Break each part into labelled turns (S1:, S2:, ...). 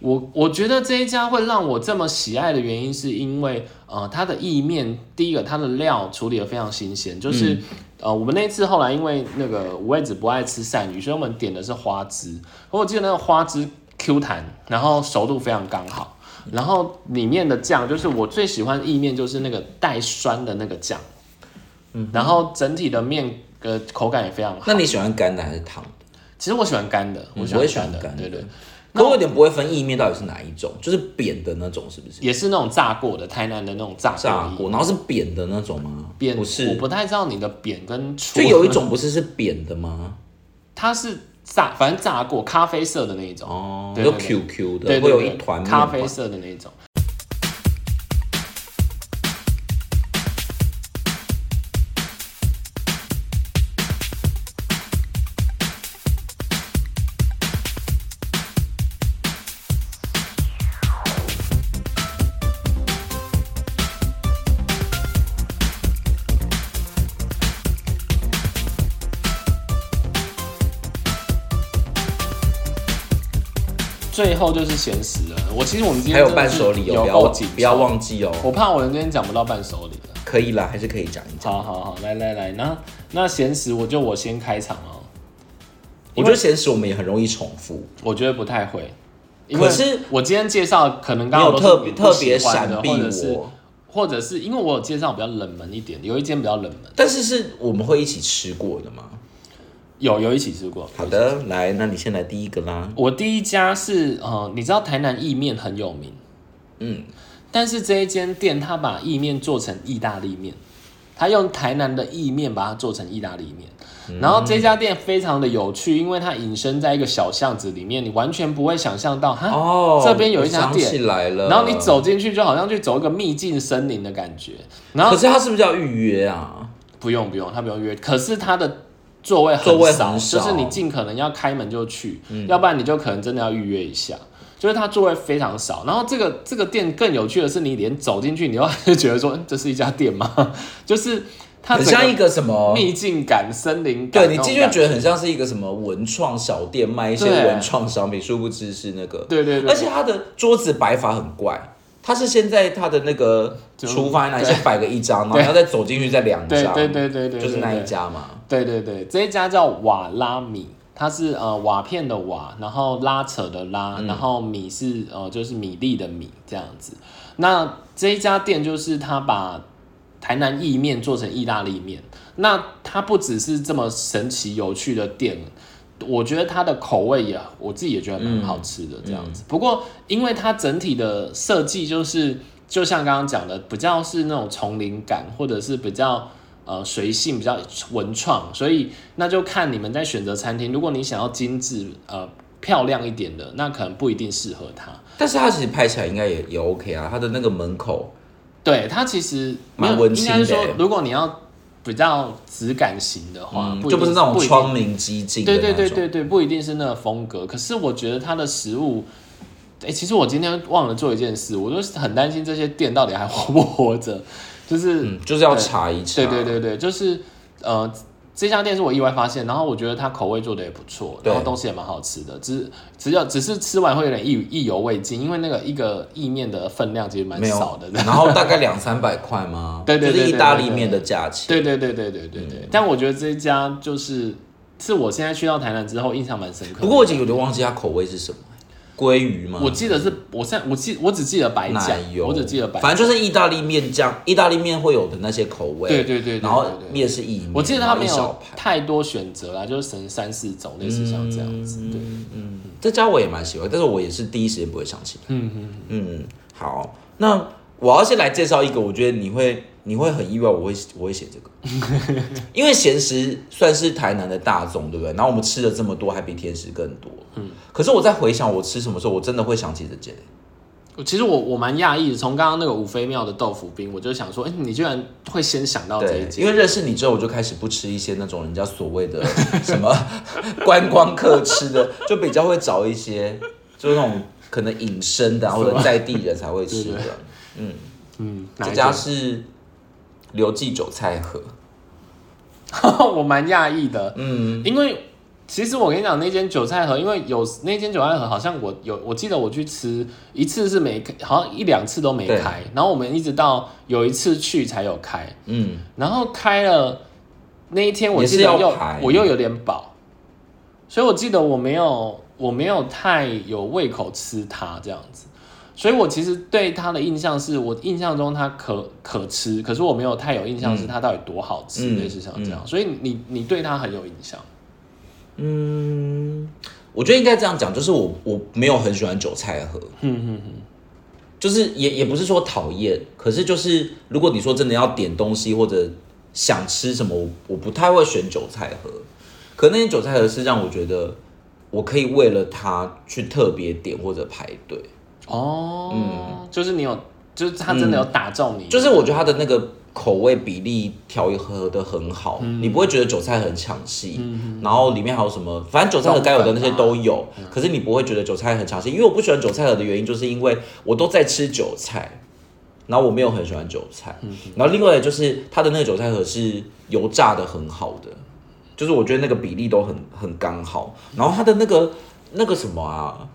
S1: 我我觉得这一家会让我这么喜爱的原因，是因为呃，它的意面，第一个它的料处理的非常新鲜，就是、
S2: 嗯
S1: 呃，我们那次后来因为那个五味子不爱吃鳝鱼，所以我们点的是花枝。我记得那个花枝 Q 弹，然后熟度非常刚好。然后里面的酱，就是我最喜欢意面，就是那个带酸的那个酱。嗯，然后整体的面呃口感也非常好。
S2: 那你喜欢干的还是烫的？
S1: 其实我喜欢干的，
S2: 嗯
S1: 喜
S2: 我
S1: 欢
S2: 也喜欢
S1: 的，
S2: 干的
S1: 对对，
S2: 可我有点不会分意面到底是哪一种，就是扁的那种，是不是？
S1: 也是那种炸过的，台南的那种炸
S2: 炸
S1: 过意
S2: 过，然后是扁的那种吗？
S1: 扁，
S2: 不
S1: 我
S2: 是，
S1: 不太知道你的扁跟粗。
S2: 就有一种不是是扁的吗？
S1: 它是炸，反正炸过咖啡色的那一种，
S2: 哦，
S1: 对
S2: 有
S1: 对
S2: QQ 的，
S1: 对对
S2: 会有
S1: 对
S2: 一团面
S1: 咖啡
S2: 团
S1: 色的那一种。最后就是咸食了。我其实我们今天
S2: 还有
S1: 真的
S2: 伴
S1: 是
S2: 手礼
S1: 有
S2: 哦，不
S1: 够
S2: 要
S1: 紧
S2: 不要
S1: 凑，
S2: 忘记哦。
S1: 我怕我今天讲不到伴手礼了。
S2: 可以啦，还是可以讲一讲。
S1: 好好好，来来来，那那闲时我就我先开场哦，
S2: 我觉得闲时我们也很容易重复，
S1: 我觉得不太会，因为
S2: 可是
S1: 我今天介绍可能
S2: 你
S1: 刚好
S2: 有
S1: 都
S2: 特
S1: 是你
S2: 别
S1: 不
S2: 特别
S1: 喜欢
S2: 闪
S1: 的
S2: 避
S1: 或者是
S2: 我，
S1: 或者是因为我有介绍比较冷门一点，有一间比较冷门，
S2: 但是是我们会一起吃过的吗？
S1: 有有一起吃过。
S2: 好的，来，那你先来第一个啦。
S1: 我第一家是呃，你知道台南意面很有名，
S2: 嗯，
S1: 但是这一间店它把意面做成意大利面，它用台南的意面把它做成意大利面。
S2: 嗯
S1: 然后这家店非常的有趣，因为它隐身在一个小巷子里面，你完全不会想象到哈
S2: 哦，
S1: 这边有一家
S2: 我想起
S1: 店，
S2: 来了。
S1: 然后你，走进去就好像去走一个秘境森林的感觉。然
S2: 可
S1: 后
S2: 是它是不是要预约啊？
S1: 不用不用，他不用约，可是他的座位
S2: 座位很
S1: 少，
S2: 少
S1: 就是你尽可能要开门就去，要不然你就可能真的要预约一下。就是它座位非常少，然后这个这个店更有趣的是，你连走进去，你都会觉得说嗯这是一家店吗？就是它
S2: 很
S1: 整个
S2: 像一个什么？
S1: 秘境感、森林感
S2: 对
S1: 那
S2: 你
S1: 种感，
S2: 进去觉得很像是一个什么文创小店，卖一些
S1: 对
S2: 文创商品，殊不知是那个。
S1: 对对对，
S2: 而且它的桌子摆法很怪，它是先在它的那个
S1: 就
S2: 厨房那里先摆个一张，然后
S1: 对
S2: 要再走进去再两
S1: 对
S2: 张，
S1: 对对对对，
S2: 就是那
S1: 对
S2: 一家嘛。
S1: 对对对，这一家叫瓦拉米，它是呃瓦片的瓦，然后拉扯的拉，然后米是呃就是米粒的米这样子。那这一家店就是它把台南意面做成意大利面，那它不只是这么神奇有趣的店。我觉得它的口味也，我自己也觉得蛮好吃的这样
S2: 嗯
S1: 子。不过，因为它整体的设计就是，就像刚刚讲的，比较是那种丛林感，或者是比较呃随性比较文创，所以那就看你们在选择餐厅。如果你想要精致呃漂亮一点的，那可能不一定适合它。
S2: 但是它其实拍起来应该也也 OK 啊，它的那个门口
S1: 对它其实没有
S2: 蛮文青的
S1: 应该是说如果你要比较质感型的话，
S2: 嗯
S1: 不一定
S2: 就不是那种
S1: 不一定
S2: 窗明几净的
S1: 对对
S2: 那
S1: 对
S2: 种。
S1: 对对，不一定是那个风格。可是我觉得它的食物，哎、其实我今天忘了做一件事，我就是很担心这些店到底还活不活着，就是。
S2: 嗯，就是啊要查一查。
S1: 对对对对，就是呃，这家店是我意外发现，然后我觉得它口味做的也不错，
S2: 对
S1: 然后东西也蛮好吃的，只只要只是吃完会有点意意犹未尽，因为那个一个意面的分量其实蛮
S2: 没有
S1: 少的。
S2: 然后大概两三百块吗？
S1: 对对对
S2: 就是
S1: 对
S2: 意大
S1: 对
S2: 利
S1: 对
S2: 面的价钱。
S1: 对对对对对对
S2: 嗯
S1: 对，但我觉得这一家就是是我现在去到台南之后印象蛮深刻的。
S2: 不过我已经有点忘记它口味是什么，鲑鱼吗？
S1: 我记得是我现在我记我只记得白
S2: 奶
S1: 酱，
S2: 油，
S1: 我只记得白酱，
S2: 反正就是意大利面酱，意大利面会有的那些口味。
S1: 对对对对
S2: 然后
S1: 对对对
S2: 面是意面，
S1: 我记得它没
S2: 然后一小
S1: 有
S2: 盘。
S1: 太多选择啦，就是省三四种，类似像这样
S2: 嗯
S1: 子。对，
S2: 这家我也蛮喜欢，但是我也是第一时间不会想起来。
S1: 嗯嗯，
S2: 嗯，好，那我要先来介绍一个，我觉得你会你会很意外，我会我会写这个， 因为咸食算是台南的大众，对不对？然后我们吃了这么多，还比甜食更多。嗯，可是我在回想我吃什么时候，我真的会想起这件。
S1: 我其实我我蛮讶异的，从刚刚那个五妃庙的豆腐冰，我就想说，哎、你居然会先想到这一
S2: 对，
S1: 集。
S2: 因为认识你之后，我就开始不吃一些那种人家所谓的 什么观光客吃的，就比较会找一些就是那种可能隐身的啊、或者在地人才会吃的。
S1: 嗯， 哪
S2: 这
S1: 一
S2: 家
S1: 家？
S2: 是刘记韭菜盒，
S1: 我蛮讶异的，嗯，因为其实我跟你讲，那间韭菜盒，因为有那间韭菜盒，好像我有，我记得我去吃一次是没，好像一两次都没
S2: 对
S1: 开，然后我们一直到有一次去才有开，
S2: 嗯，
S1: 然后开了那一天，我
S2: 也是
S1: 记得
S2: 要
S1: 又
S2: 排
S1: 我又有点饱，所以我记得我没有我没有太有胃口吃它这样子，所以我其实对它的印象是我印象中它可可吃，可是我没有太有印象是它到底多好吃，
S2: 嗯
S1: 类似像这样，所以你你对它很有印象，
S2: 我觉得应该这样讲，就是我我没有很喜欢韭菜盒，
S1: 嗯嗯嗯，
S2: 就是也也不是说讨厌，可是就是如果你说真的要点东西或者想吃什么，我我不太会选韭菜盒。可那些韭菜盒是让我觉得我可以为了它去特别点或者排队，
S1: 哦，就是你有，就是它真的有打中你，
S2: 嗯就是我觉得它的那个口味比例调和的很好，你不会觉得韭菜很抢戏，然后里面还有什么，反正韭菜盒该有的嗯那些都有，可是你不会觉得啊韭菜很抢戏，因为我不喜欢韭菜盒的原因，就是因为我都在吃韭菜，然后我没有很喜欢韭菜，然后另外就是它的那个韭菜盒是油炸的很好的，就是我觉得那个比例都很很刚好，然后它的那个那个什么啊。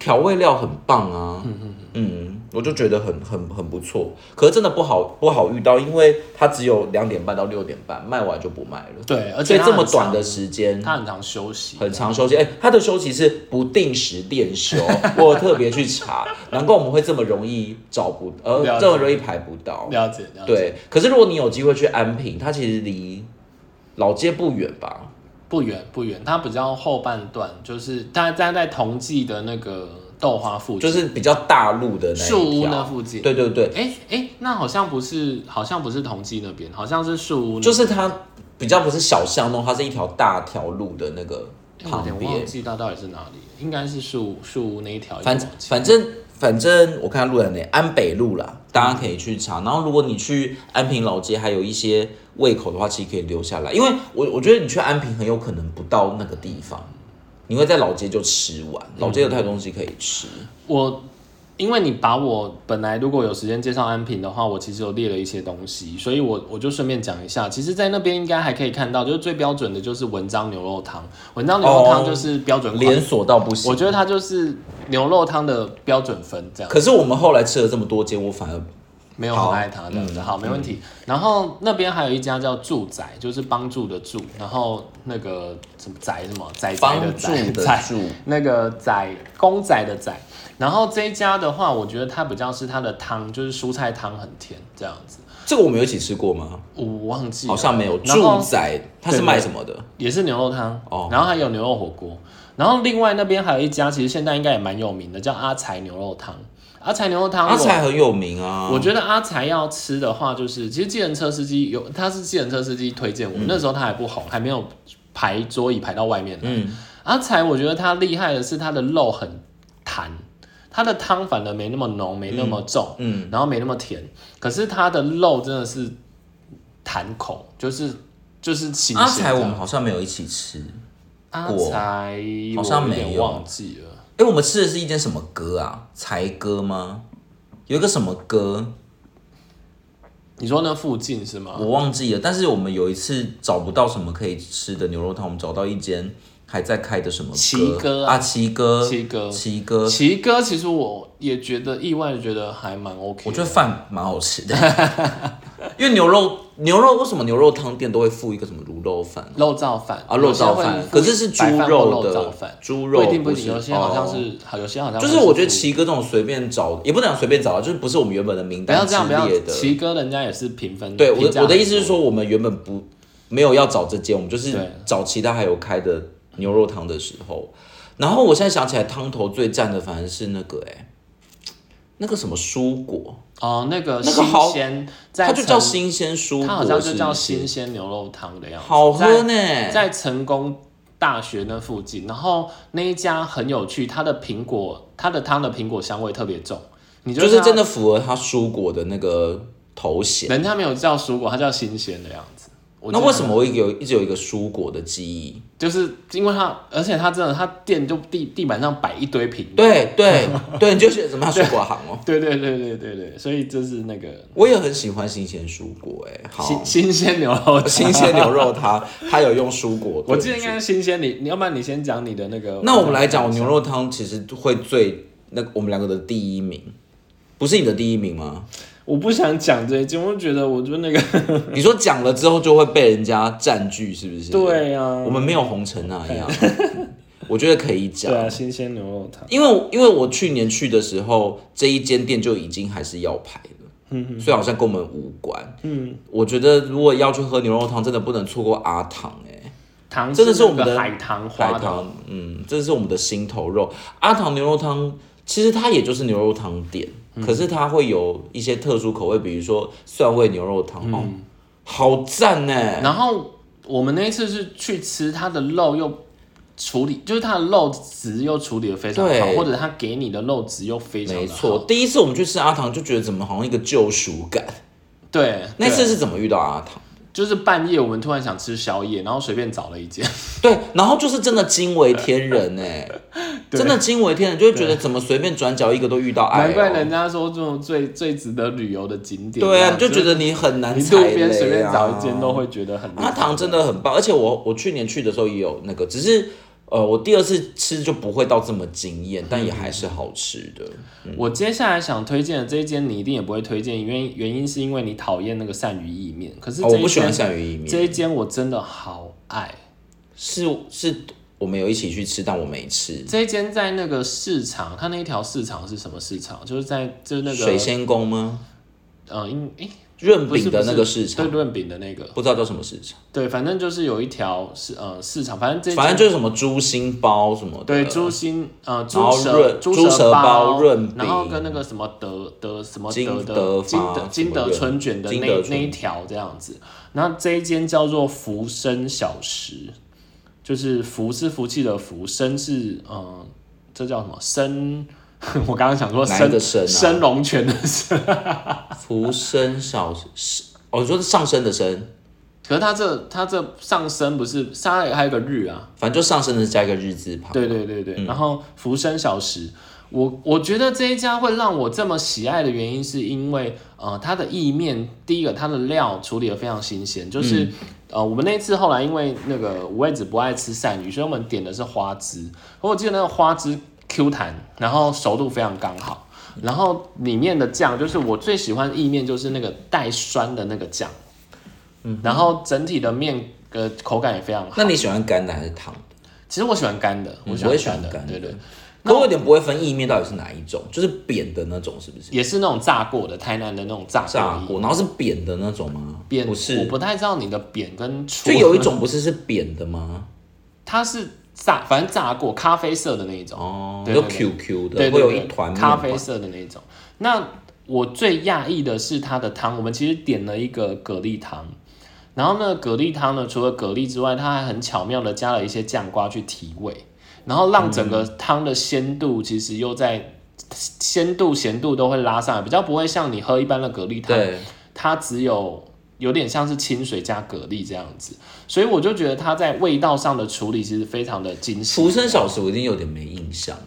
S2: 调味料很棒啊，嗯，我就觉得很很很不错，可是真的不好不好遇到，因为它只有两点半到六点半，卖完就不卖了。
S1: 对，而
S2: 所
S1: 且
S2: 以
S1: 它
S2: 这么
S1: 很
S2: 短
S1: 常
S2: 的时间，
S1: 它很常休息，
S2: 很长休息。哎、它的休息是不定时店休， 我有特别去查，难怪我们会这么容易找不呃
S1: 了解
S2: 这么容易排不到。
S1: 了解了解，，
S2: 对，可是如果你有机会去安平，它其实离老街不远吧？
S1: 不远不远，它比较后半段，就是它它在同济的那个豆花附近，
S2: 就是比较大路的那一条
S1: 树屋那附近。
S2: 对对对，
S1: 哎哎，那好像不是，好像不是同济那边，好像是树屋那，
S2: 就是它比较不是小巷弄，它是一条大条路的那个
S1: 哎我有
S2: 旁
S1: 点
S2: 边
S1: 忘。记它到底是哪里，应该是树树屋那一条。
S2: 反反正反正我看路在哪，安北路啦，大家可以去查。然后如果你去安平老街还有一些胃口的话，其实可以留下来，因为我我觉得你去安平很有可能不到那个地方，你会在老街就吃完，
S1: 嗯
S2: 老街有太多东西可以吃。
S1: 我因为你把我本来如果有时间介绍安平的话，我其实有列了一些东西，所以我我就顺便讲一下。其实，在那边应该还可以看到，就是最标准的就是文章牛肉汤，文章牛肉汤
S2: 哦
S1: 就是标准款
S2: 连锁到不行
S1: 我。觉得它就是牛肉汤的标准分这样，
S2: 可是我们后来吃了这么多间，我反而
S1: 没有
S2: 好
S1: 很爱它这样子。
S2: 嗯
S1: 好，没问题。然后那边还有一家叫住宅，就是帮助的助，然后那个什么宅什么宅宅
S2: 帮
S1: 的
S2: 助
S1: 宅
S2: 的
S1: 宅
S2: 住，
S1: 那个仔公仔的仔。然后这一家的话，我觉得它比较是它的汤，就是蔬菜汤很甜这样子。
S2: 这个我们有一起吃过吗？
S1: 我忘记了
S2: 好像没有。
S1: 然后
S2: 住宅它是卖什么的？
S1: 也是牛肉汤，
S2: 哦
S1: 然后还有牛肉火锅，然后另外那边还有一家，其实现在应该也蛮有名的，叫阿财牛肉汤。阿财牛肉汤，
S2: 阿才很有名啊。
S1: 我觉得阿才要吃的话，就是其实计程车司机有，他是计程车司机推荐我，
S2: 嗯
S1: 那时候他还不红，还没有排桌椅排到外面来。
S2: 嗯
S1: 阿才我觉得他厉害的是他的肉很弹，他的汤反而没那么浓，没那么重，
S2: 嗯，
S1: 然后没那么甜，可是他的肉真的是弹口，就是就是新
S2: 阿
S1: 鲜
S2: 才
S1: 的
S2: 我们好像没有一起吃。
S1: 阿
S2: 过
S1: 才
S2: 好像
S1: 我有
S2: 没
S1: 点
S2: 有
S1: 忘记了。
S2: 哎、我们吃的是一间什么歌啊？才歌吗？有一个什么歌
S1: 你说那附近是吗？
S2: 我忘记了，但是我们有一次找不到什么可以吃的牛肉汤，我们找到一间还在开的什么歌
S1: 七哥啊
S2: 啊，七哥，
S1: 七哥
S2: 七哥，
S1: 奇哥，其实我也觉得意外，觉得还蛮 OK 的。
S2: 我觉得饭蛮好吃的， 因为牛肉牛肉为什么牛肉汤店都会附一个什么卤肉饭啊
S1: 肉燥饭
S2: 啊肉燥饭
S1: 有些会
S2: 可是是猪
S1: 白饭或
S2: 肉的
S1: 燥饭，
S2: 猪肉
S1: 不一定不一定，
S2: 不是
S1: 有些好像
S2: 哦
S1: 是，好有些好像
S2: 就是
S1: 会
S2: 我觉得
S1: 猪
S2: 奇哥这种随便找，也不能讲随便找啊，就是不是我们原本的名
S1: 不要
S2: 单
S1: 这
S2: 之
S1: 样，不要
S2: 列的。
S1: 奇哥，人家也是评分。
S2: 对，
S1: 评价
S2: 我我的
S1: 很
S2: 意思是
S1: 多，
S2: 说，我们原本不没有要找这间，我们就是
S1: 对
S2: 找其他还有开的牛肉汤的时候，然后我现在想起来，汤头最赞的反而是那个哎、那个什么蔬果，
S1: 哦，那个
S2: 那个好
S1: 新鲜，在
S2: 它就叫
S1: 成，
S2: 新鲜蔬果，
S1: 它好像就叫
S2: 是不是
S1: 新鲜牛肉汤的样子，
S2: 好喝
S1: 在
S2: 呢。
S1: 在成功大学那附近，然后那一家很有趣，它的苹果，它的汤的苹果香味特别重，你
S2: 就
S1: 看
S2: 是
S1: 到
S2: 真的符合它蔬果的那个头衔，
S1: 人家没有叫蔬果，它叫新鲜的样子。我
S2: 那
S1: 真的
S2: 为什么我有一直有一个蔬果的记忆？
S1: 就是因为它，而且它真的，它店就地地板上摆一堆瓶。
S2: 对对对，你就选什么蔬果行哦。
S1: 对对对对对对，所以这是那个
S2: 我也很喜欢新鲜蔬果、哎，好
S1: 新，新鲜牛肉 汤。
S2: 新鲜牛肉汤，它有用蔬果炖煮。
S1: 我记得应该是新鲜，你你要不然你先讲你的那个。
S2: 那我们来讲，我牛肉汤其实会最那我们两个的第一名，不是你的第一名吗？
S1: 我不想讲这一件，我就觉得我就 那个
S2: 你说讲了之后就会被人家占据，是不是？
S1: 对啊
S2: 我们没有红尘那样， 我觉得可以讲
S1: 对。啊，新鲜牛肉汤。
S2: 因为因为我去年去的时候，这一间店就已经还是要牌了，嗯，所以好像跟我们无关。嗯，我觉得如果要去喝牛肉汤，真的不能错过阿唐哎、
S1: 糖
S2: 真的是
S1: 是
S2: 我们
S1: 那个
S2: 的
S1: 海棠
S2: 海
S1: 花的，
S2: 棠，嗯，这是我们的心头肉。阿唐牛肉汤其实它也就是牛肉汤店，可是它会有一些特殊口味，比如说蒜味牛肉汤，哦，好赞呢、
S1: 然后我们那一次是去吃它的肉又处理，就是它的肉质又处理的非常好，
S2: 对
S1: 或者它给你的肉质又非常的
S2: 没
S1: 好
S2: 错，，第一次我们去吃阿唐就觉得怎么好像一个救赎感。
S1: 对，
S2: 那次
S1: 对
S2: 是怎么遇到阿唐？
S1: 就是半夜我们突然想吃宵夜，然后随便找了一间，
S2: 对，然后就是真的惊为天人呢、
S1: 对
S2: 真的惊为天人，就会觉得怎么随便转角一个都遇到爱、
S1: 难
S2: 哦。
S1: 怪人家说这种最最值得旅游的景点，
S2: 对啊，
S1: 这样
S2: 你就觉得你很难
S1: 你
S2: 踩
S1: 路
S2: 雷、啊、
S1: 边随便找一间都会觉得很厉害
S2: 阿唐真的很棒，而且我我去年去的时候也有那个，只是呃，我第二次吃就不会到这么惊艳，但也还是
S1: 嗯
S2: 好吃的。
S1: 我接下来想推荐的这一间，你一定也不会推荐，因为原因是因为你讨厌那个鳝鱼意面。可是
S2: 哦
S1: 这
S2: 我
S1: 一
S2: 不喜欢
S1: 间，
S2: 鳝鱼意面，
S1: 这一间我真的好爱。
S2: 是是我们有一起去吃，但我没吃。
S1: 这一间在那个市场，它那一条市场是什么市场？就是在就是那个
S2: 水，仙宫吗？
S1: 呃，因诶
S2: 润
S1: 不是
S2: 饼的那
S1: 不
S2: 个
S1: 是
S2: 市场，
S1: 对润饼的那个，
S2: 不知道叫什么市场，
S1: 对，反正就是有一条市呃市场，反正这一间
S2: 反正就是什么猪心包什么的。
S1: 对猪心呃
S2: 然
S1: 猪
S2: 后
S1: 舌
S2: 润猪舌包润饼
S1: 然后跟那个什么德德什么
S2: 金
S1: 德
S2: 德
S1: 的
S2: 发
S1: 金
S2: 什
S1: 德
S2: 么
S1: 金德
S2: 润
S1: 春卷的
S2: 金
S1: 那
S2: 德春
S1: 那一条这样子。那这一间叫做福生小食，就是福是福气的福，生是嗯、呃这叫什么生？ 我刚刚想说
S2: 哪一个
S1: 生
S2: 生啊
S1: 生龙泉的生，
S2: 福生小是哦，你说是上升的升，
S1: 可是它这它这上升不是，它还有个日啊，
S2: 反正就上升的加一个日字旁。
S1: 对对对对，
S2: 嗯
S1: 然后福生小食，我我觉得这一家会让我这么喜爱的原因，是因为呃，它的意面，第一个它的料处理的非常新鲜，就是、
S2: 嗯
S1: 呃，我们那次后来因为那个五味子不爱吃鳝鱼，所以我们点的是花枝，我记得那个花枝 Q 弹，然后熟度非常刚好。然后里面的酱就是我最喜欢意面，就是那个带酸的那个酱，嗯，然后整体的面呃口感也非常好。
S2: 那你喜欢干的还是烫的？
S1: 其实我喜欢干的，
S2: 嗯
S1: 喜
S2: 我也
S1: 欢
S2: 喜欢
S1: 的，
S2: 干的
S1: 对对，
S2: 可我有点不会分意面到底是哪一种，就是扁的那种，是不是？
S1: 也是那种炸过的，台南的那种炸
S2: 炸
S1: 过
S2: 过，然后是扁的那种吗？
S1: 扁，
S2: 不
S1: 我
S2: 是，
S1: 不太知道你的扁跟粗，
S2: 就有一种不是是扁的吗？
S1: 它是炸，反正炸过咖啡色的那一种，
S2: 哦，
S1: 对
S2: 有
S1: 对对对
S2: QQ 的，
S1: 对
S2: 会有
S1: 对
S2: 一团面
S1: 咖啡
S2: 团
S1: 色的那一种。那我最讶异的是它的汤，我们其实点了一个蛤蜊汤，然后呢，蛤蜊汤呢，除了蛤蜊之外，它还很巧妙的加了一些酱瓜去提味，然后让整个
S2: 嗯
S1: 汤的鲜度其实又在。鲜度、咸度都会拉上来，比较不会像你喝一般的蛤蜊汤，
S2: 对，
S1: 它只有有点像是清水加蛤蜊这样子，所以我就觉得它在味道上的处理其实非常的精细。
S2: 福生小时我已经有点没印象了。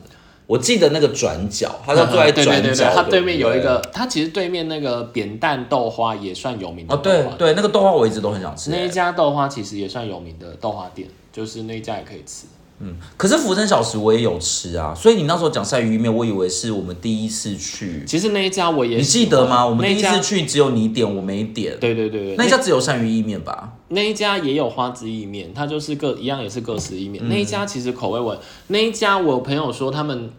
S2: 我记得那个转角，他就坐在
S1: 嗯对 对对
S2: 转
S1: 对
S2: 角
S1: 对，，它
S2: 不
S1: 对面有一个，它其实对面那个扁担豆花也算有名的
S2: 哦，
S1: 豆花
S2: 对对，那个豆花我一直都很想吃
S1: 那。一家豆花其实也算有名的豆花店，就是那一家也可以吃。
S2: 可是福生小时我也有吃啊，所以你那时候讲鳝鱼意面，我以为是我们第一次去，
S1: 其实那一家我也
S2: 你
S1: 喜欢
S2: 记得吗？我们
S1: 那
S2: 第
S1: 一
S2: 一
S1: 家
S2: 次去只有你点，我没点。
S1: 对对对对，
S2: 那一家只有鳝鱼意面吧？
S1: 那一家也有花枝意面，它就是各一样也是各式意
S2: 嗯
S1: 面。那一家其实口味我那一家我朋友说他们，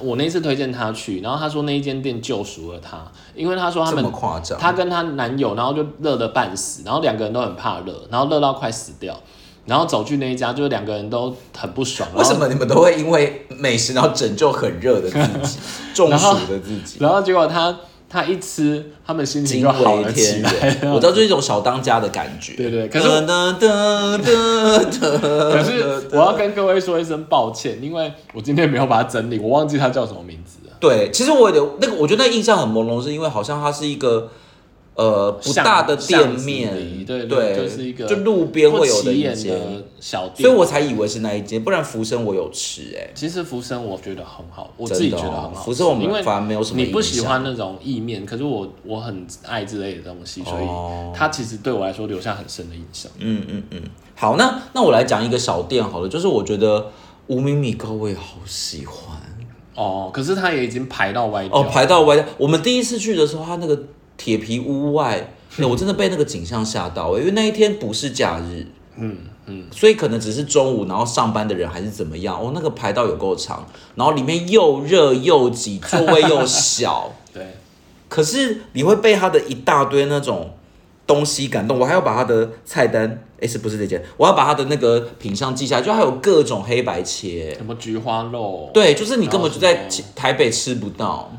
S1: 我那次推荐他去，然后他说那一间店救赎了他，因为他说他
S2: 这
S1: 们
S2: 么夸张？
S1: 她跟她男友，然后就热得半死，然后两个人都很怕热，然后热到快死掉，然后走去那一家，就是两个人都很不爽。然
S2: 为
S1: 后
S2: 什？么你们都会因为美食然后拯救很热的自 己、中暑的自己？
S1: 然后结果她她一吃，他们心情
S2: 惊
S1: 就好
S2: 为
S1: 了起
S2: 天
S1: 来。
S2: 人，我知道就是一种小当家的感觉。
S1: 啊对对可是我
S2: 噔噔噔噔噔
S1: 可是我要跟各位说一声抱歉，因为我今天没有把它整理，我忘记它叫什么名字了。
S2: 对，其实我有点那个，我觉得那印象很朦胧，是因为好像它是一个呃不
S1: 巷
S2: 大的店
S1: 巷子
S2: 面，
S1: 里对
S2: 对，
S1: 就是一个
S2: 就路边
S1: 不
S2: 会有
S1: 起
S2: 一
S1: 眼
S2: 间，
S1: 的小店，
S2: 所以我才以为是那一间，不然福生我有吃哎、
S1: 其实福生我觉得很好，我
S2: 真
S1: 自己
S2: 的
S1: 觉得
S2: 哦
S1: 很好吃。
S2: 福生我们
S1: 因为
S2: 反而没有什么
S1: 你不
S2: 印
S1: 喜
S2: 象
S1: 欢那种意面，可是我我很爱这类的东西，所
S2: 哦
S1: 以它其实对我来说留下很深的印象。
S2: 嗯嗯嗯，好，那那我来讲一个小店好了，就是我觉得无名米糕我也好喜欢
S1: 哦，可是它也已经排到歪掉
S2: 哦，排到外，我们第一次去的时候，它那个铁皮屋外， 哎我真的被那个景象吓到、因为那一天不是假日，嗯嗯，所以可能只是中午，然后上班的人还是怎么样，哦，那个排到有够长，然后里面又热又挤，座位又小。
S1: 对，
S2: 可是你会被他的一大堆那种东西感动，我还要把他的菜单，诶，是不是这件？我要把他的那个品相记下来，就还有各种黑白切，
S1: 什么菊花肉，，
S2: 对，就是你根本就在
S1: 哦
S2: 其台北吃不到。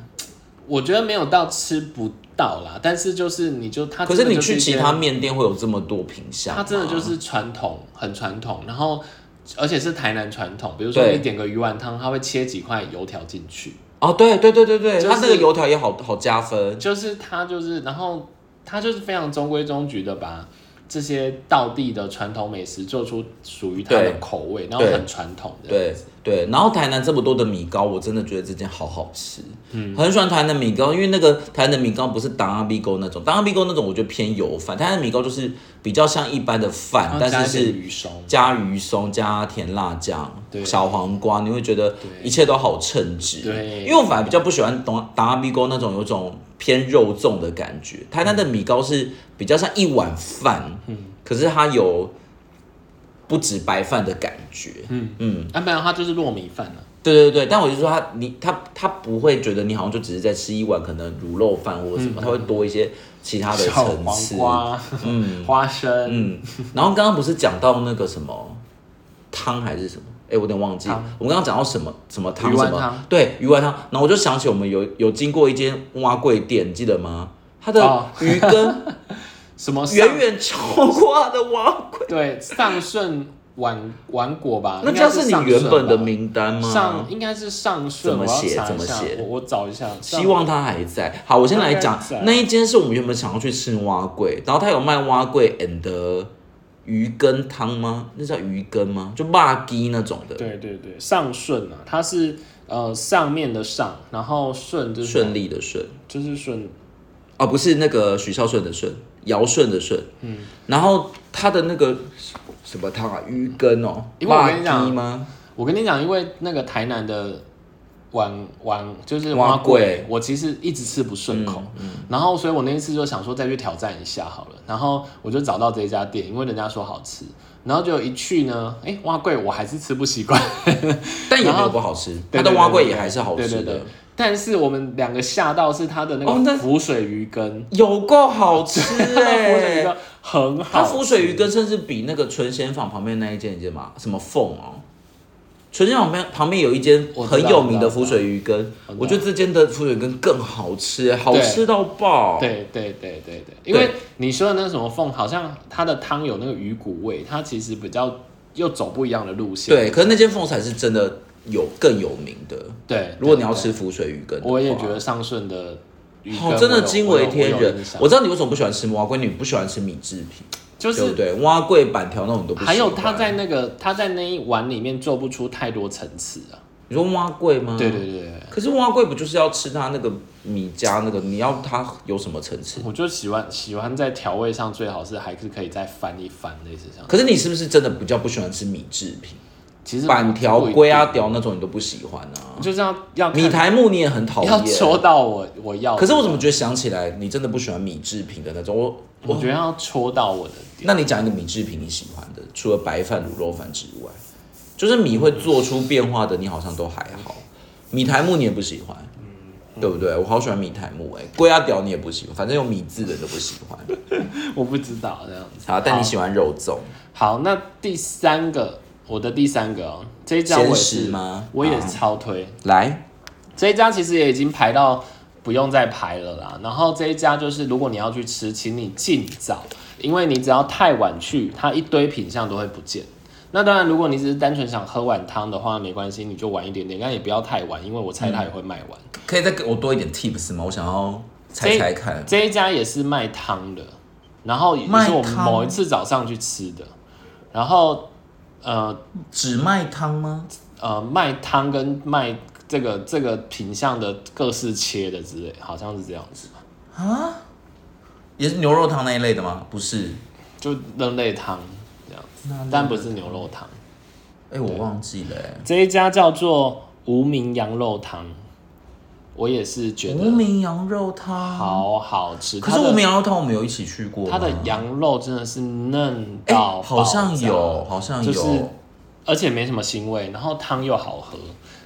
S1: 我觉得没有到吃不到啦，但是就是你就它，
S2: 可是你去其他，面店会有这么多品相吗，
S1: 它真的就是传统，很传统，然后。而且是台南传统，比如说
S2: 对
S1: 你点个鱼丸汤，它会切几块油条进去，
S2: 哦，对对对对对，
S1: 就是
S2: 他那个油条也好好加分，
S1: 就是他就是，然后他就是非常中规中矩的把这些道地的传统美食做出属于他的
S2: 对
S1: 口味，然后
S2: 对
S1: 很传统的。
S2: 对对，然后台南这么多的米糕，我真的觉得这间好好吃，嗯，很喜欢台南米糕，因为那个台南米糕不是当阿比糕那种，当阿比糕那种我觉得偏油饭，台南米糕就是比较像一般的
S1: 然
S2: 饭
S1: 后，哦加
S2: 但
S1: 一
S2: 是
S1: 点
S2: 是
S1: 鱼松，
S2: 加鱼松、加甜辣酱、
S1: 对
S2: 小黄瓜，你会觉得一切都好称职，
S1: 对
S2: 因为我反而比较不喜欢当当阿比糕那种有种偏肉粽的感觉，台南的米糕是比较像一碗饭，嗯，可是它有不止白饭的感觉，嗯嗯。
S1: 啊，没有，它就是糯米饭啊。
S2: 对对对，但我就说他，你他他不会觉得你好像就只是在吃一碗可能卤肉饭或者什么，他会多一些其他的
S1: 嗯小
S2: 层
S1: 黄
S2: 次。
S1: 瓜，花生，
S2: 嗯，然后刚刚不是讲到那个什么汤还是什么？哎，我有点忘记。我们刚刚讲到什么什么汤
S1: 鱼丸
S2: 什么？
S1: 汤
S2: 对，鱼丸汤。然后我就想起我们有有经过一间蛙贵店，你记得吗？它的
S1: 哦
S2: 鱼 羹
S1: 什么上
S2: 远远超过它的蛙贵，
S1: 对上顺碗碗果吧？
S2: 那
S1: 应
S2: 这
S1: 该
S2: 样
S1: 是
S2: 是
S1: 上
S2: 你原
S1: 顺
S2: 本的
S1: 吧
S2: 名单吗？
S1: 上应该是上顺，
S2: 怎么
S1: 我要
S2: 写
S1: 查
S2: 怎
S1: 一
S2: 么
S1: 下
S2: 写
S1: 我我找一下。上
S2: 希望它还在。好，我先来讲
S1: 它应该在
S2: 那一间是我们原本想要去吃蛙桂，然后它有卖蛙桂 and 鱼羹汤吗？那叫鱼羹吗？就辣鸡那种的，
S1: 对对对，上顺啊，它是呃上面的上，然后顺就是
S2: 顺利的顺
S1: 就是顺
S2: 哦，不是那个许孝顺的顺，尧舜的舜。嗯，然后它的那个什么汤啊，鱼羹哦，
S1: 因为我跟
S2: 辣
S1: 你
S2: 鸡
S1: 讲
S2: 吗？
S1: 我跟你讲，因为那个台南的碗碗就是
S2: 蛙
S1: 蛙
S2: 粿嗯
S1: 粿，我其实一直吃不顺口，然后所以我那一次就想说再去挑战一下好了，然后我就找到这一家店，因为人家说好吃，然后就一去呢，哎、蛙粿我还是吃不习惯，
S2: 但也没有不好吃，它的蛙桂也还是好
S1: 对
S2: 吃
S1: 对对
S2: 的，，
S1: 但是我们两个吓到是它的那
S2: 哦那
S1: 个浮水鱼羹，
S2: 有够好 吃
S1: 浮水
S2: 哎
S1: 鱼！羹很好，
S2: 它浮水鱼羹甚至比那个纯鲜坊旁边那一间，你记得吗？什么凤哦？纯鲜坊旁边旁边有一间
S1: 我知道
S2: 很有名的浮水鱼羹，
S1: 我知道
S2: 我觉得这间的浮水羹更好吃，好吃到爆。，
S1: 对对对对对，因为你说的那个什么凤，好像它的汤有那个鱼骨味，它其实比较又走不一样的路线。
S2: 对，可是那间凤才是真的有更有名的。
S1: 对，
S2: 如果你要
S1: 对，
S2: 吃浮水鱼羹的话，
S1: 我也觉得上顺的鱼羹
S2: 好，
S1: 我有
S2: 真的惊为天
S1: 我有
S2: 人
S1: 印。象
S2: 我知道你为什么不喜欢吃蛙龟，你不喜欢吃米制品，
S1: 就
S2: 对不
S1: 是
S2: 对？蛙桂板条那种你都不喜欢。
S1: 还有它在那个它在那一碗里面做不出太多层次啊。
S2: 你说蛙桂吗？
S1: 对对对对，
S2: 可是蛙桂不就是要吃它那个米加那个？你要它有什么层次？
S1: 我就喜欢喜欢在调味上最好是还是可以再翻一翻类似这样。
S2: 可是你是不是真的比较不喜欢吃米制品？
S1: 其实
S2: 板条、
S1: 不一定
S2: 龟啊、，条那种你都不喜欢啊？
S1: 就是要要看
S2: 米苔木你也很讨
S1: 要戳
S2: 厌。
S1: 到我我要的。
S2: 可是我怎么觉得想起来你真的不喜欢米制品的那种？我
S1: 我觉得要戳到我的点。
S2: 那你讲一个米制品你喜欢的，除了白饭、卤肉饭之外，就是米会做出变化的，你好像都还好。米苔木你也不喜欢，
S1: 嗯
S2: 对不对？我好喜欢米苔木哎、龟啊屌你也不喜欢，反正有米字的都不喜欢。
S1: 我不知道这样子。
S2: 好，但你喜欢肉粽。
S1: 好，那第三个，我的第三个哦，这一家我也
S2: 先
S1: 是
S2: 试吗
S1: 我也
S2: 好
S1: 超推。
S2: 来，
S1: 这一家其实也已经排到不用再排了啦。然后这一家就是，如果你要去吃，请你尽早，因为你只要太晚去，它一堆品相都会不见。那当然，如果你只是单纯想喝碗汤的话，没关系，
S2: 嗯
S1: 你就晚一点点，但也不要太晚，因为我猜它也会卖完。
S2: 可以再给我多一点 tips 吗？我想要猜猜看，
S1: 这一家也是卖汤的，然后也
S2: 卖
S1: 是我们
S2: 汤
S1: 某一次早上去吃的，然后呃
S2: 只卖汤吗？
S1: 呃卖汤跟卖这个这个品相的各式切的之类，好像是这样子，啊
S2: 也是牛肉汤那一类的吗？不是，
S1: 就扔类汤这样子，
S2: 那
S1: 但不是牛肉汤。
S2: 哎、我忘记了、哎
S1: 这一家叫做无名羊肉汤，我也是觉
S2: 无
S1: 得
S2: 名羊肉汤。，
S1: 好好吃。
S2: 可是
S1: 它的
S2: 无名羊肉汤我们有一起去过吗，
S1: 它的羊肉真的是嫩
S2: 哎、
S1: 到、
S2: 好像有，，好像有，
S1: 就是而且没什么腥味，然后汤又好喝。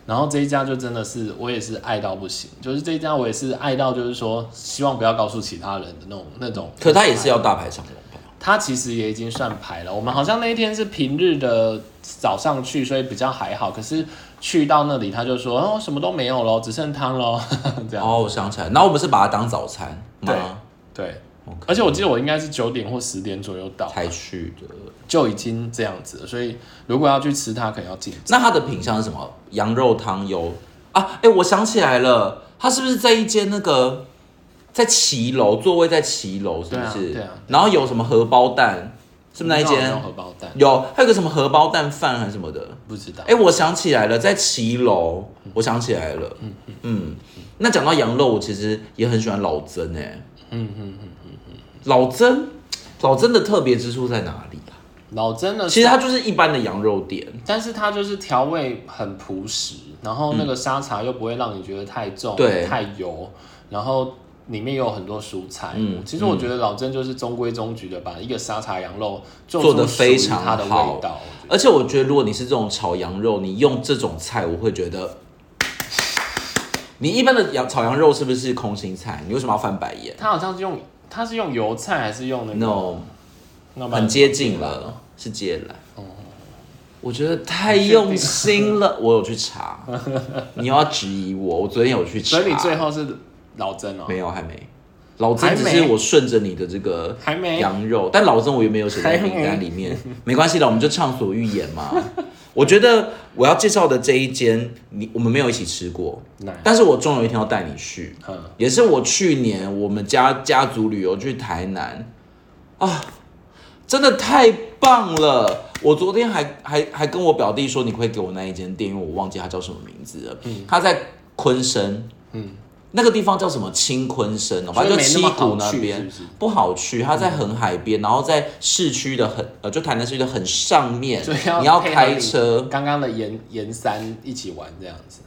S1: 然后这一家就真的是我也是爱到不行，就是这一家我也是爱到，就是说希望不要告诉其他人的那种那种。
S2: 可它也是要大排长龙吧？
S1: 它其实也已经算排了。我们好像那一天是平日的早上去，所以比较还好。可是去到那里，他就说：“哦，什么都没有咯，只剩汤咯。这样
S2: 哦，我想起来，然后我们是把它当早餐
S1: 对
S2: 吗？
S1: 对，
S2: OK
S1: 而且我记得我应该是九点或十点左右到，
S2: 才去的。
S1: 就已经这样子了。所以如果要去吃它，可能要进。
S2: 那它的品相是什么？羊肉汤有啊？哎、我想起来了，它是不是在一间那个在骑楼座位在骑楼？是不是？
S1: 对啊对啊
S2: 然后有什么荷包蛋？是不是那一
S1: 不知道有没有
S2: 间？
S1: 荷包蛋？
S2: 有，还有个什么荷包蛋饭还是什么的？
S1: 不知道
S2: 哎、。我想起来了，在骑楼，我想起来了。嗯那讲到羊肉，我其实也很喜欢老曾哎、
S1: 嗯嗯嗯，
S2: 老曾，老曾的特别之处在哪里啊？
S1: 老真的，
S2: 其实它就是一般的羊肉店，
S1: 但呃是它就是调味很朴实，然后那个沙茶又不会让你觉得太重、
S2: 嗯对
S1: 太油，然后里面有很多蔬菜。
S2: 嗯
S1: 其实我觉得老郑就是中规中矩的把一个沙茶羊肉
S2: 做
S1: 得
S2: 得非常
S1: 它的味
S2: 好
S1: 道。
S2: 而且我觉得如果你是这种炒羊肉，你用这种菜，我会觉得，你一般的羊炒羊肉是不是空心菜？你为什么要翻白眼
S1: 它好像是用它是用油菜还是用那个？
S2: ？No，
S1: 那么
S2: 很接近了，是芥蓝。
S1: 哦
S2: 我觉得太用心了，我有 去查，你又要质疑我，我昨天有去查，
S1: 所以你最后是老郑哦、
S2: 没有还没，老曾只
S1: 还没
S2: 是我顺着你的这个
S1: 还没
S2: 羊肉，但老曾我也没有写
S1: 还
S2: 在
S1: 没
S2: 名单里面，没关系的，我们就畅所欲言嘛。 我觉得我要介绍的这一间，你我们没有一起吃过，
S1: 那
S2: 但是我终有一天要带你去，
S1: 嗯
S2: 也是我去年我们家家族旅游去台南，啊，真的太棒了！我昨天还还还跟我表弟说，你会给我那一间店，因为我忘记它叫什么名字了。他在昆山，
S1: 嗯，
S2: 那个地方叫什么青昆山哦，
S1: 所
S2: 反
S1: 以
S2: 正就
S1: 没那
S2: 七
S1: 么
S2: 股
S1: 好
S2: 那
S1: 去
S2: 边
S1: 是不是
S2: 不好去，它
S1: 嗯
S2: 在很海边，然后在市区的很呃，就台南市区的很上面
S1: 所以，要
S2: 你要
S1: 配合
S2: 开
S1: 你
S2: 车，
S1: 刚刚的盐盐山一起玩这样子。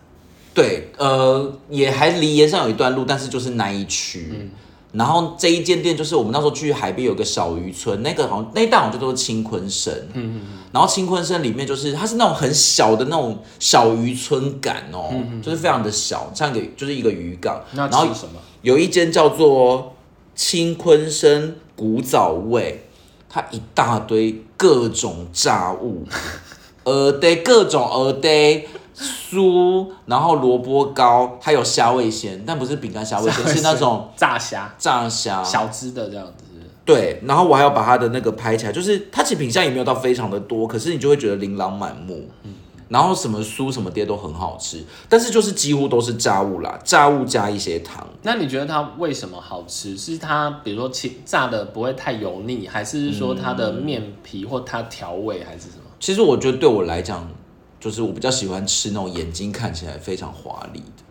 S2: 对，呃，也还离沿上有一段路，但是就是那一区。
S1: 嗯
S2: 然后这一间店就是我们那时候去海边有个小渔村，那个好像那一带好像就都是青昆生。嗯然后青昆生里面就是它是那种很小的那种小渔村感哦，就是非常的小，像一个就是一个渔港。
S1: 嗯那
S2: 然后
S1: 吃什么？
S2: 有一间叫做青昆生古早味，它一大堆各种炸物， 呃对，各种呃对。酥，然后萝卜糕，还有虾味鲜，但不是饼干虾味鲜，是那 种啊
S1: 炸虾，
S2: 炸虾。
S1: 小只的这样子是不是。
S2: 对，然后我还要把它的那个拍起来，就是它其实品相也没有到非常的多，可是你就会觉得琳琅满目。然后什么酥什么爹都很好吃，但是就是几乎都是炸物啦，炸物加一些糖。
S1: 那你觉得它为什么好吃？是它比如说起炸的不会太油腻，还是说它的面皮或它调味还是什么？
S2: 其实我觉得对我来讲，就是我比较喜欢吃那种眼睛看起来非常华丽的，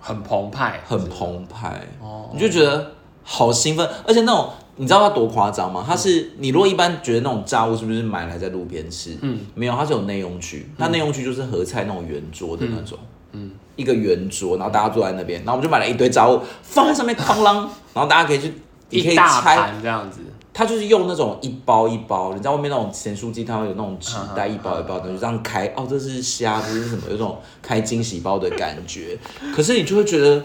S1: 很澎湃，
S2: 很澎湃，嗯
S1: 哦
S2: 你就觉得好兴奋，而且那种。你知道它多夸张吗？它是你如果一般觉得那种炸物是不是买来在路边吃？嗯，没有，它是有内用区。那内用区就是合菜那种圆桌的那种，嗯，一个圆桌，然后大家坐在那边，然后我们就买了一堆炸物放在上面，哐啷，然后大家可以去，你可
S1: 一
S2: 以
S1: 大
S2: 拆，
S1: 盘这样子，
S2: 它就是用那种一包一包，你知道外面那种咸酥鸡，它会有那种纸袋一包一包的，就这样开。哦，这是虾，这是什么？有种开惊喜包的感觉。可是你就会觉得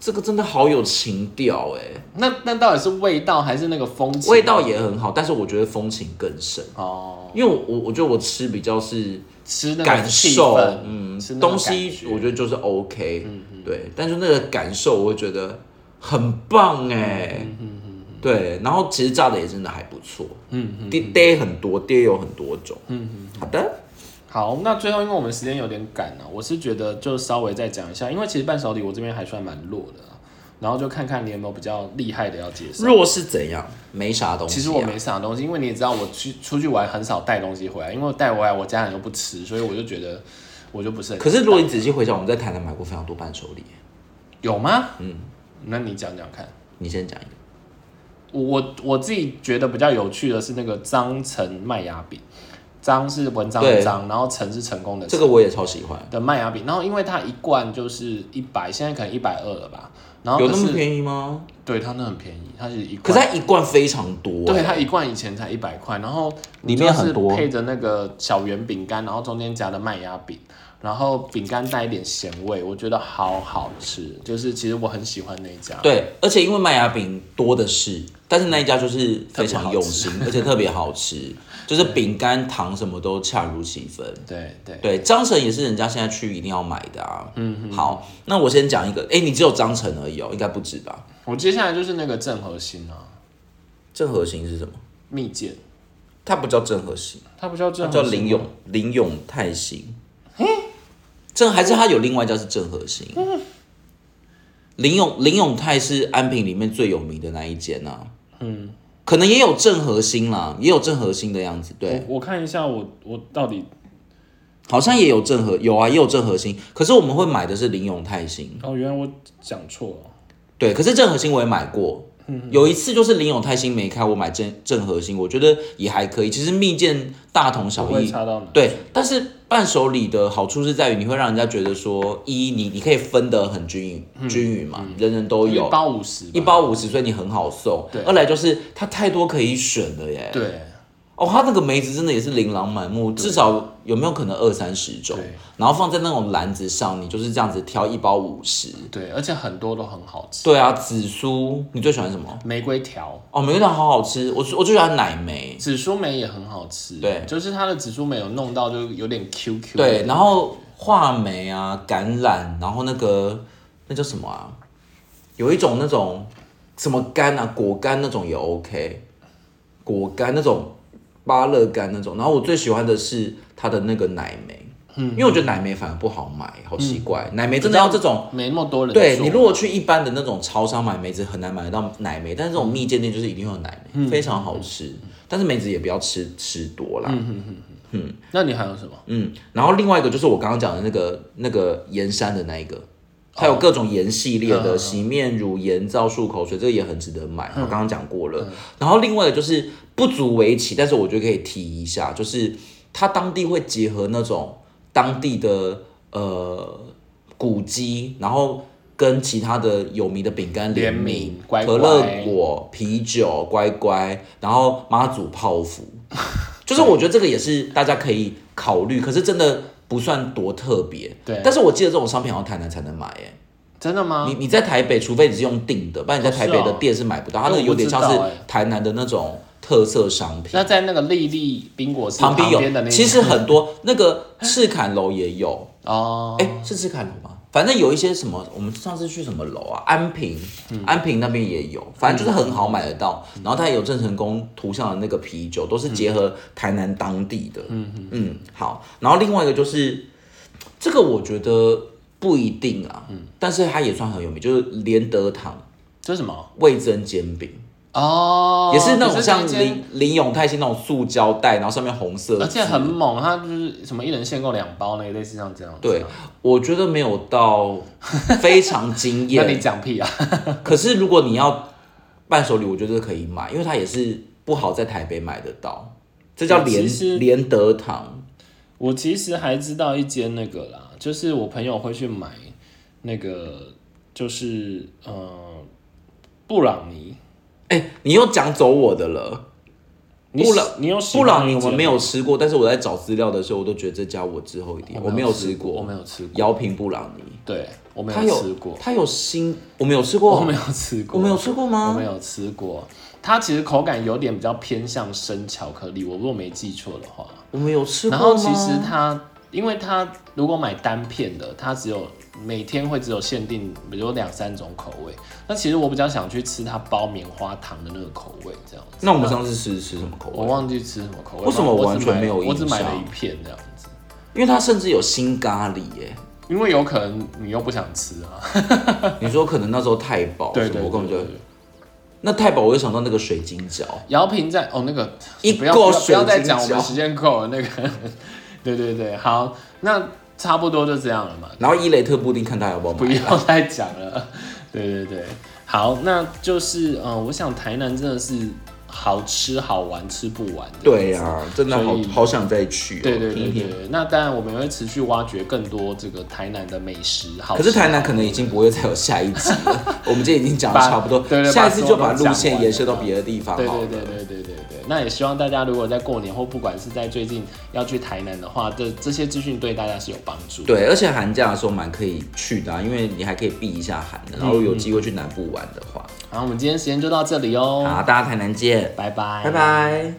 S2: 这个真的好有情调哎，
S1: 那那到底是味道还是那个风情？
S2: 味道也很好，但是我觉得风情更深，
S1: 哦，
S2: 因为我我我觉得我吃比较是
S1: 吃那个
S2: 感
S1: 气
S2: 受
S1: 氛，，
S2: 嗯
S1: 吃，那个
S2: 东
S1: 感
S2: 西
S1: 觉嗯
S2: 我觉得就是 OK，对，但是那个感受我会觉得很棒哎，对，然后其实炸的也真的还不错，
S1: 嗯嗯
S2: 爹爹很多，爹有很多种，
S1: 嗯
S2: 好的，
S1: 好，那最后因为我们时间有点赶了、我是觉得就稍微再讲一下，因为其实伴手礼我这边还算蛮弱的啊，然后就看看你有没有比较厉害的要介绍。
S2: 弱是怎样？没啥东
S1: 啊
S2: 西、啊。
S1: 其实我没啥东西，因为你也知道我去出去玩很少带东西回来，因为我带回来我家人又不吃，所以我就觉得我就不是很。
S2: 可是如果你仔细回想，我们在台南买过非常多伴手礼。
S1: 有吗？嗯，那你讲讲看。
S2: 你先讲一个。
S1: 我我自己觉得比较有趣的是那个张成麦芽饼，张是文章的
S2: 对
S1: 张，然后成是成功的
S2: 这个我也超喜欢。
S1: 的麦芽饼，然后因为它一罐就是一百，现在可能一百二了吧，然后
S2: 有
S1: 可
S2: 那
S1: 是
S2: 么便宜吗？
S1: 对它那很便宜，它是一
S2: 可
S1: 罐，
S2: 是它一罐非常多、
S1: 对它一罐以前才一百块，然后
S2: 里面很多
S1: 就是配着那个小圆饼干，然后中间夹的麦芽饼，然后饼干带一点咸味，我觉得好好吃，就是其实我很喜欢那一家，
S2: 对，而且因为麦芽饼多的是，但是那一家就是非常用心，而且特别好吃，就是饼干、糖什么都恰如其分。
S1: 对对
S2: 对，章程也是人家现在去一定要买的啊。嗯，好，那我先讲一个，哎，你只有章程而已哦，应该不止吧？
S1: 我接下来就是那个正核心啊，
S2: 郑和兴是什么？
S1: 蜜饯，
S2: 它不叫郑和兴，
S1: 它不叫
S2: 它
S1: 正
S2: 叫
S1: 核心
S2: 林
S1: 哦吗
S2: 永林永泰兴。郑还是它有另外一家是郑和兴。
S1: 嗯
S2: 林永林永泰是安平里面最有名的那一间啊。嗯，可能也有郑和兴啦，也有郑和兴的样子，对。
S1: 我我看一下我我到底
S2: 好像也有郑和，有啊，也有郑和兴。可是我们会买的是林永泰兴，
S1: 哦，原来我讲错了。
S2: 对。可是郑和兴我也买过，
S1: 嗯
S2: 有一次就是林永泰兴没开，我买郑郑和兴，我觉得也还可以。其实蜜饯大同小
S1: 不会
S2: 异，
S1: 差到哪。
S2: 对，但是伴手礼的好处是在于你会让人家觉得说，一你你可以分得很均匀，均匀嘛，人人都有
S1: 嗯一，包五十，
S2: 一包五十，所以你很好送。
S1: 对
S2: 二来就是它太多可以选了耶。
S1: 对
S2: 哦，它那个梅子真的也是琳琅满目，至少有没有可能二三十种
S1: 对，
S2: 然后放在那种篮子上，你就是这样子挑一包五十。
S1: 对，而且很多都很好吃。
S2: 对啊，紫苏，你最喜欢什么？
S1: 玫瑰条、
S2: 哦，玫瑰糖好好吃，我我最喜欢奶梅。
S1: 紫苏梅也很好吃，
S2: 对
S1: 就是它的紫苏梅有弄到就有点 Q Q。
S2: 对，，然后话梅啊、橄榄，然后那个那叫什么啊？有一种那种什么干啊，果干那种也 OK，果干那种芭乐干那种。然后我最喜欢的是它的那个奶梅，嗯，因为我觉得奶梅反而不好买，好奇怪，奶梅真的要这种。
S1: 没那么多人做。
S2: 对你如果去一般的那种超商买梅子，很难买得到奶梅，但是这种蜜饯店就是一定会有奶梅，非常好吃。但是梅子也不要吃吃多啦，
S1: 那你还有什么？
S2: 嗯，然后另外一个就是我刚刚讲的那个那个盐山的那一个，它有各种盐系列
S1: 哦
S2: 的洗面乳、盐皂、漱口水，这个也很值得买。
S1: 嗯
S2: 我刚刚讲过了。然后另外的就是不足为奇，但是我觉得可以提一下，就是它当地会结合那种当地的呃古迹，然后。跟其他的有名的饼干联
S1: 联
S2: 名
S1: 名，乖
S2: 可乐
S1: 乖
S2: 果、啤酒、乖乖，然后妈祖泡芙，就是我觉得这个也是大家可以考虑，可是真的不算多特别。
S1: 对
S2: 但是我记得这种商品好像台南才能买耶。
S1: 真的吗
S2: 你？你在台北，除非你是用订的，不然你在
S1: 哦
S2: 台
S1: 是
S2: 北的
S1: 哦
S2: 店是买不到。它那
S1: 哎
S2: 个
S1: 我
S2: 有
S1: 不
S2: 点
S1: 知
S2: 像是
S1: 道哎
S2: 台南的那种特色商品
S1: 那。在那个丽丽冰果室
S2: 旁边
S1: 边
S2: 有
S1: 的那，
S2: 其实很多那个赤坎楼也有，
S1: 哦，
S2: 哎、是赤坎楼吗？反正有一些什么，我们上次去什么楼啊？安平，
S1: 嗯
S2: 安平那边也有，反正就是很好买得到。然后它也有郑成功图像的那个啤酒，都是结
S1: 嗯
S2: 合台南当地的。嗯嗯，好。然后另外一个就是这个，我觉得不一定啊，
S1: 嗯
S2: 但是它也算很有名，就是连德堂
S1: 这是什么？
S2: 味增煎饼，
S1: 哦，
S2: 也是那
S1: 可
S2: 种
S1: 这
S2: 像
S1: 一间
S2: 林林永泰是那种塑胶袋，然后上面红色字，
S1: 而且很猛，它就是什么一人限购两包那一类似像这样。
S2: 对，，我觉得没有 到非常惊艳
S1: 那。你讲屁啊！
S2: 可是如果你要伴手礼，我觉得可以买，因为它也是不好在台北买得到，这叫
S1: 其
S2: 联
S1: 实
S2: 联德堂。
S1: 我其实还知道一间那个啦，就是我朋友会去买那个，就是呃，布朗尼。
S2: 哎、你又讲走我的了。
S1: 你
S2: 布朗
S1: 你有喜
S2: 布
S1: 欢
S2: 朗尼
S1: 那
S2: 我
S1: 间
S2: 们没
S1: 吗
S2: 有吃过，但是我在找资料的时候，我都觉得这家我之后一定
S1: 我
S2: 我
S1: 没
S2: 没
S1: 有
S2: 有
S1: 吃
S2: 吃
S1: 过
S2: 过，
S1: 我没有吃过
S2: 瑶平布朗尼，
S1: 对，我没
S2: 它
S1: 有
S2: 有
S1: 吃过，
S2: 它有新我没有吃过，
S1: 我没有吃过，
S2: 我没有啊吃过吗
S1: 我没有吃过。它其实口感有点比较偏向生巧克力，我如果没记错的话。
S2: 我没有吃过
S1: 然
S2: 吗。
S1: 后其实它，因为它如果买单片的，它只有每天会只有限定，比如两三种口味。那其实我比较想去吃它包棉花糖的那个口味，这样子。
S2: 那我们上次吃吃什么口
S1: 我
S2: 味？
S1: 忘记吃什么口味，
S2: 为什么
S1: 我
S2: 我
S1: 只
S2: 完全
S1: 买
S2: 没有
S1: 我只
S2: 印
S1: 买了
S2: 象
S1: 一片这样子。
S2: 因为它甚至有新咖喱耶、
S1: 因为有可能你又不想吃啊。
S2: 你说可能那时候太饱，
S1: 对
S2: 什
S1: 对
S2: 么我
S1: 对
S2: 根
S1: 对
S2: 本就
S1: 对
S2: 那太饱，我就想到那个水晶饺，
S1: 姚平在哦那个
S2: 一
S1: 不要
S2: 够
S1: 不要不要再
S2: 水晶
S1: 讲，我们
S2: 饺
S1: 时间够了。那个， 对对对，好，那差不多就这样了嘛，
S2: 然后伊雷特布丁看他要不要
S1: 不
S2: 买。
S1: 要再讲了。对对对，好，那就是嗯、呃我想台南真的是好吃好玩吃不完的。
S2: 对呀、啊，真的好
S1: 所以
S2: 好想再去、哦，
S1: 对对
S2: 听
S1: 对
S2: 一
S1: 对
S2: 听。
S1: 对，那当然我们也会持续挖掘更多这个台南的美食。好
S2: 可
S1: 吃，
S2: 是台南可能已经不会再有下一集 了，我们今天已经讲的
S1: 把
S2: 差不多，
S1: 对对
S2: 下一次
S1: 把
S2: 就把
S1: 所有
S2: 路
S1: 都讲
S2: 线
S1: 完
S2: 延伸到
S1: 了
S2: 别的地方好
S1: 对
S2: 了。
S1: 对对对对对对，那也希望大家如果在过年或不管是在最近要去台南的话，这这些资讯对大家是有帮助。
S2: 对，而且寒假的时候蛮可以去的、啊，因为你还可以避一下寒的。然后有机会去南部玩的话，
S1: 然后我们今天时间就到这里哦，
S2: 好，大家台南见，
S1: 拜拜，
S2: 拜拜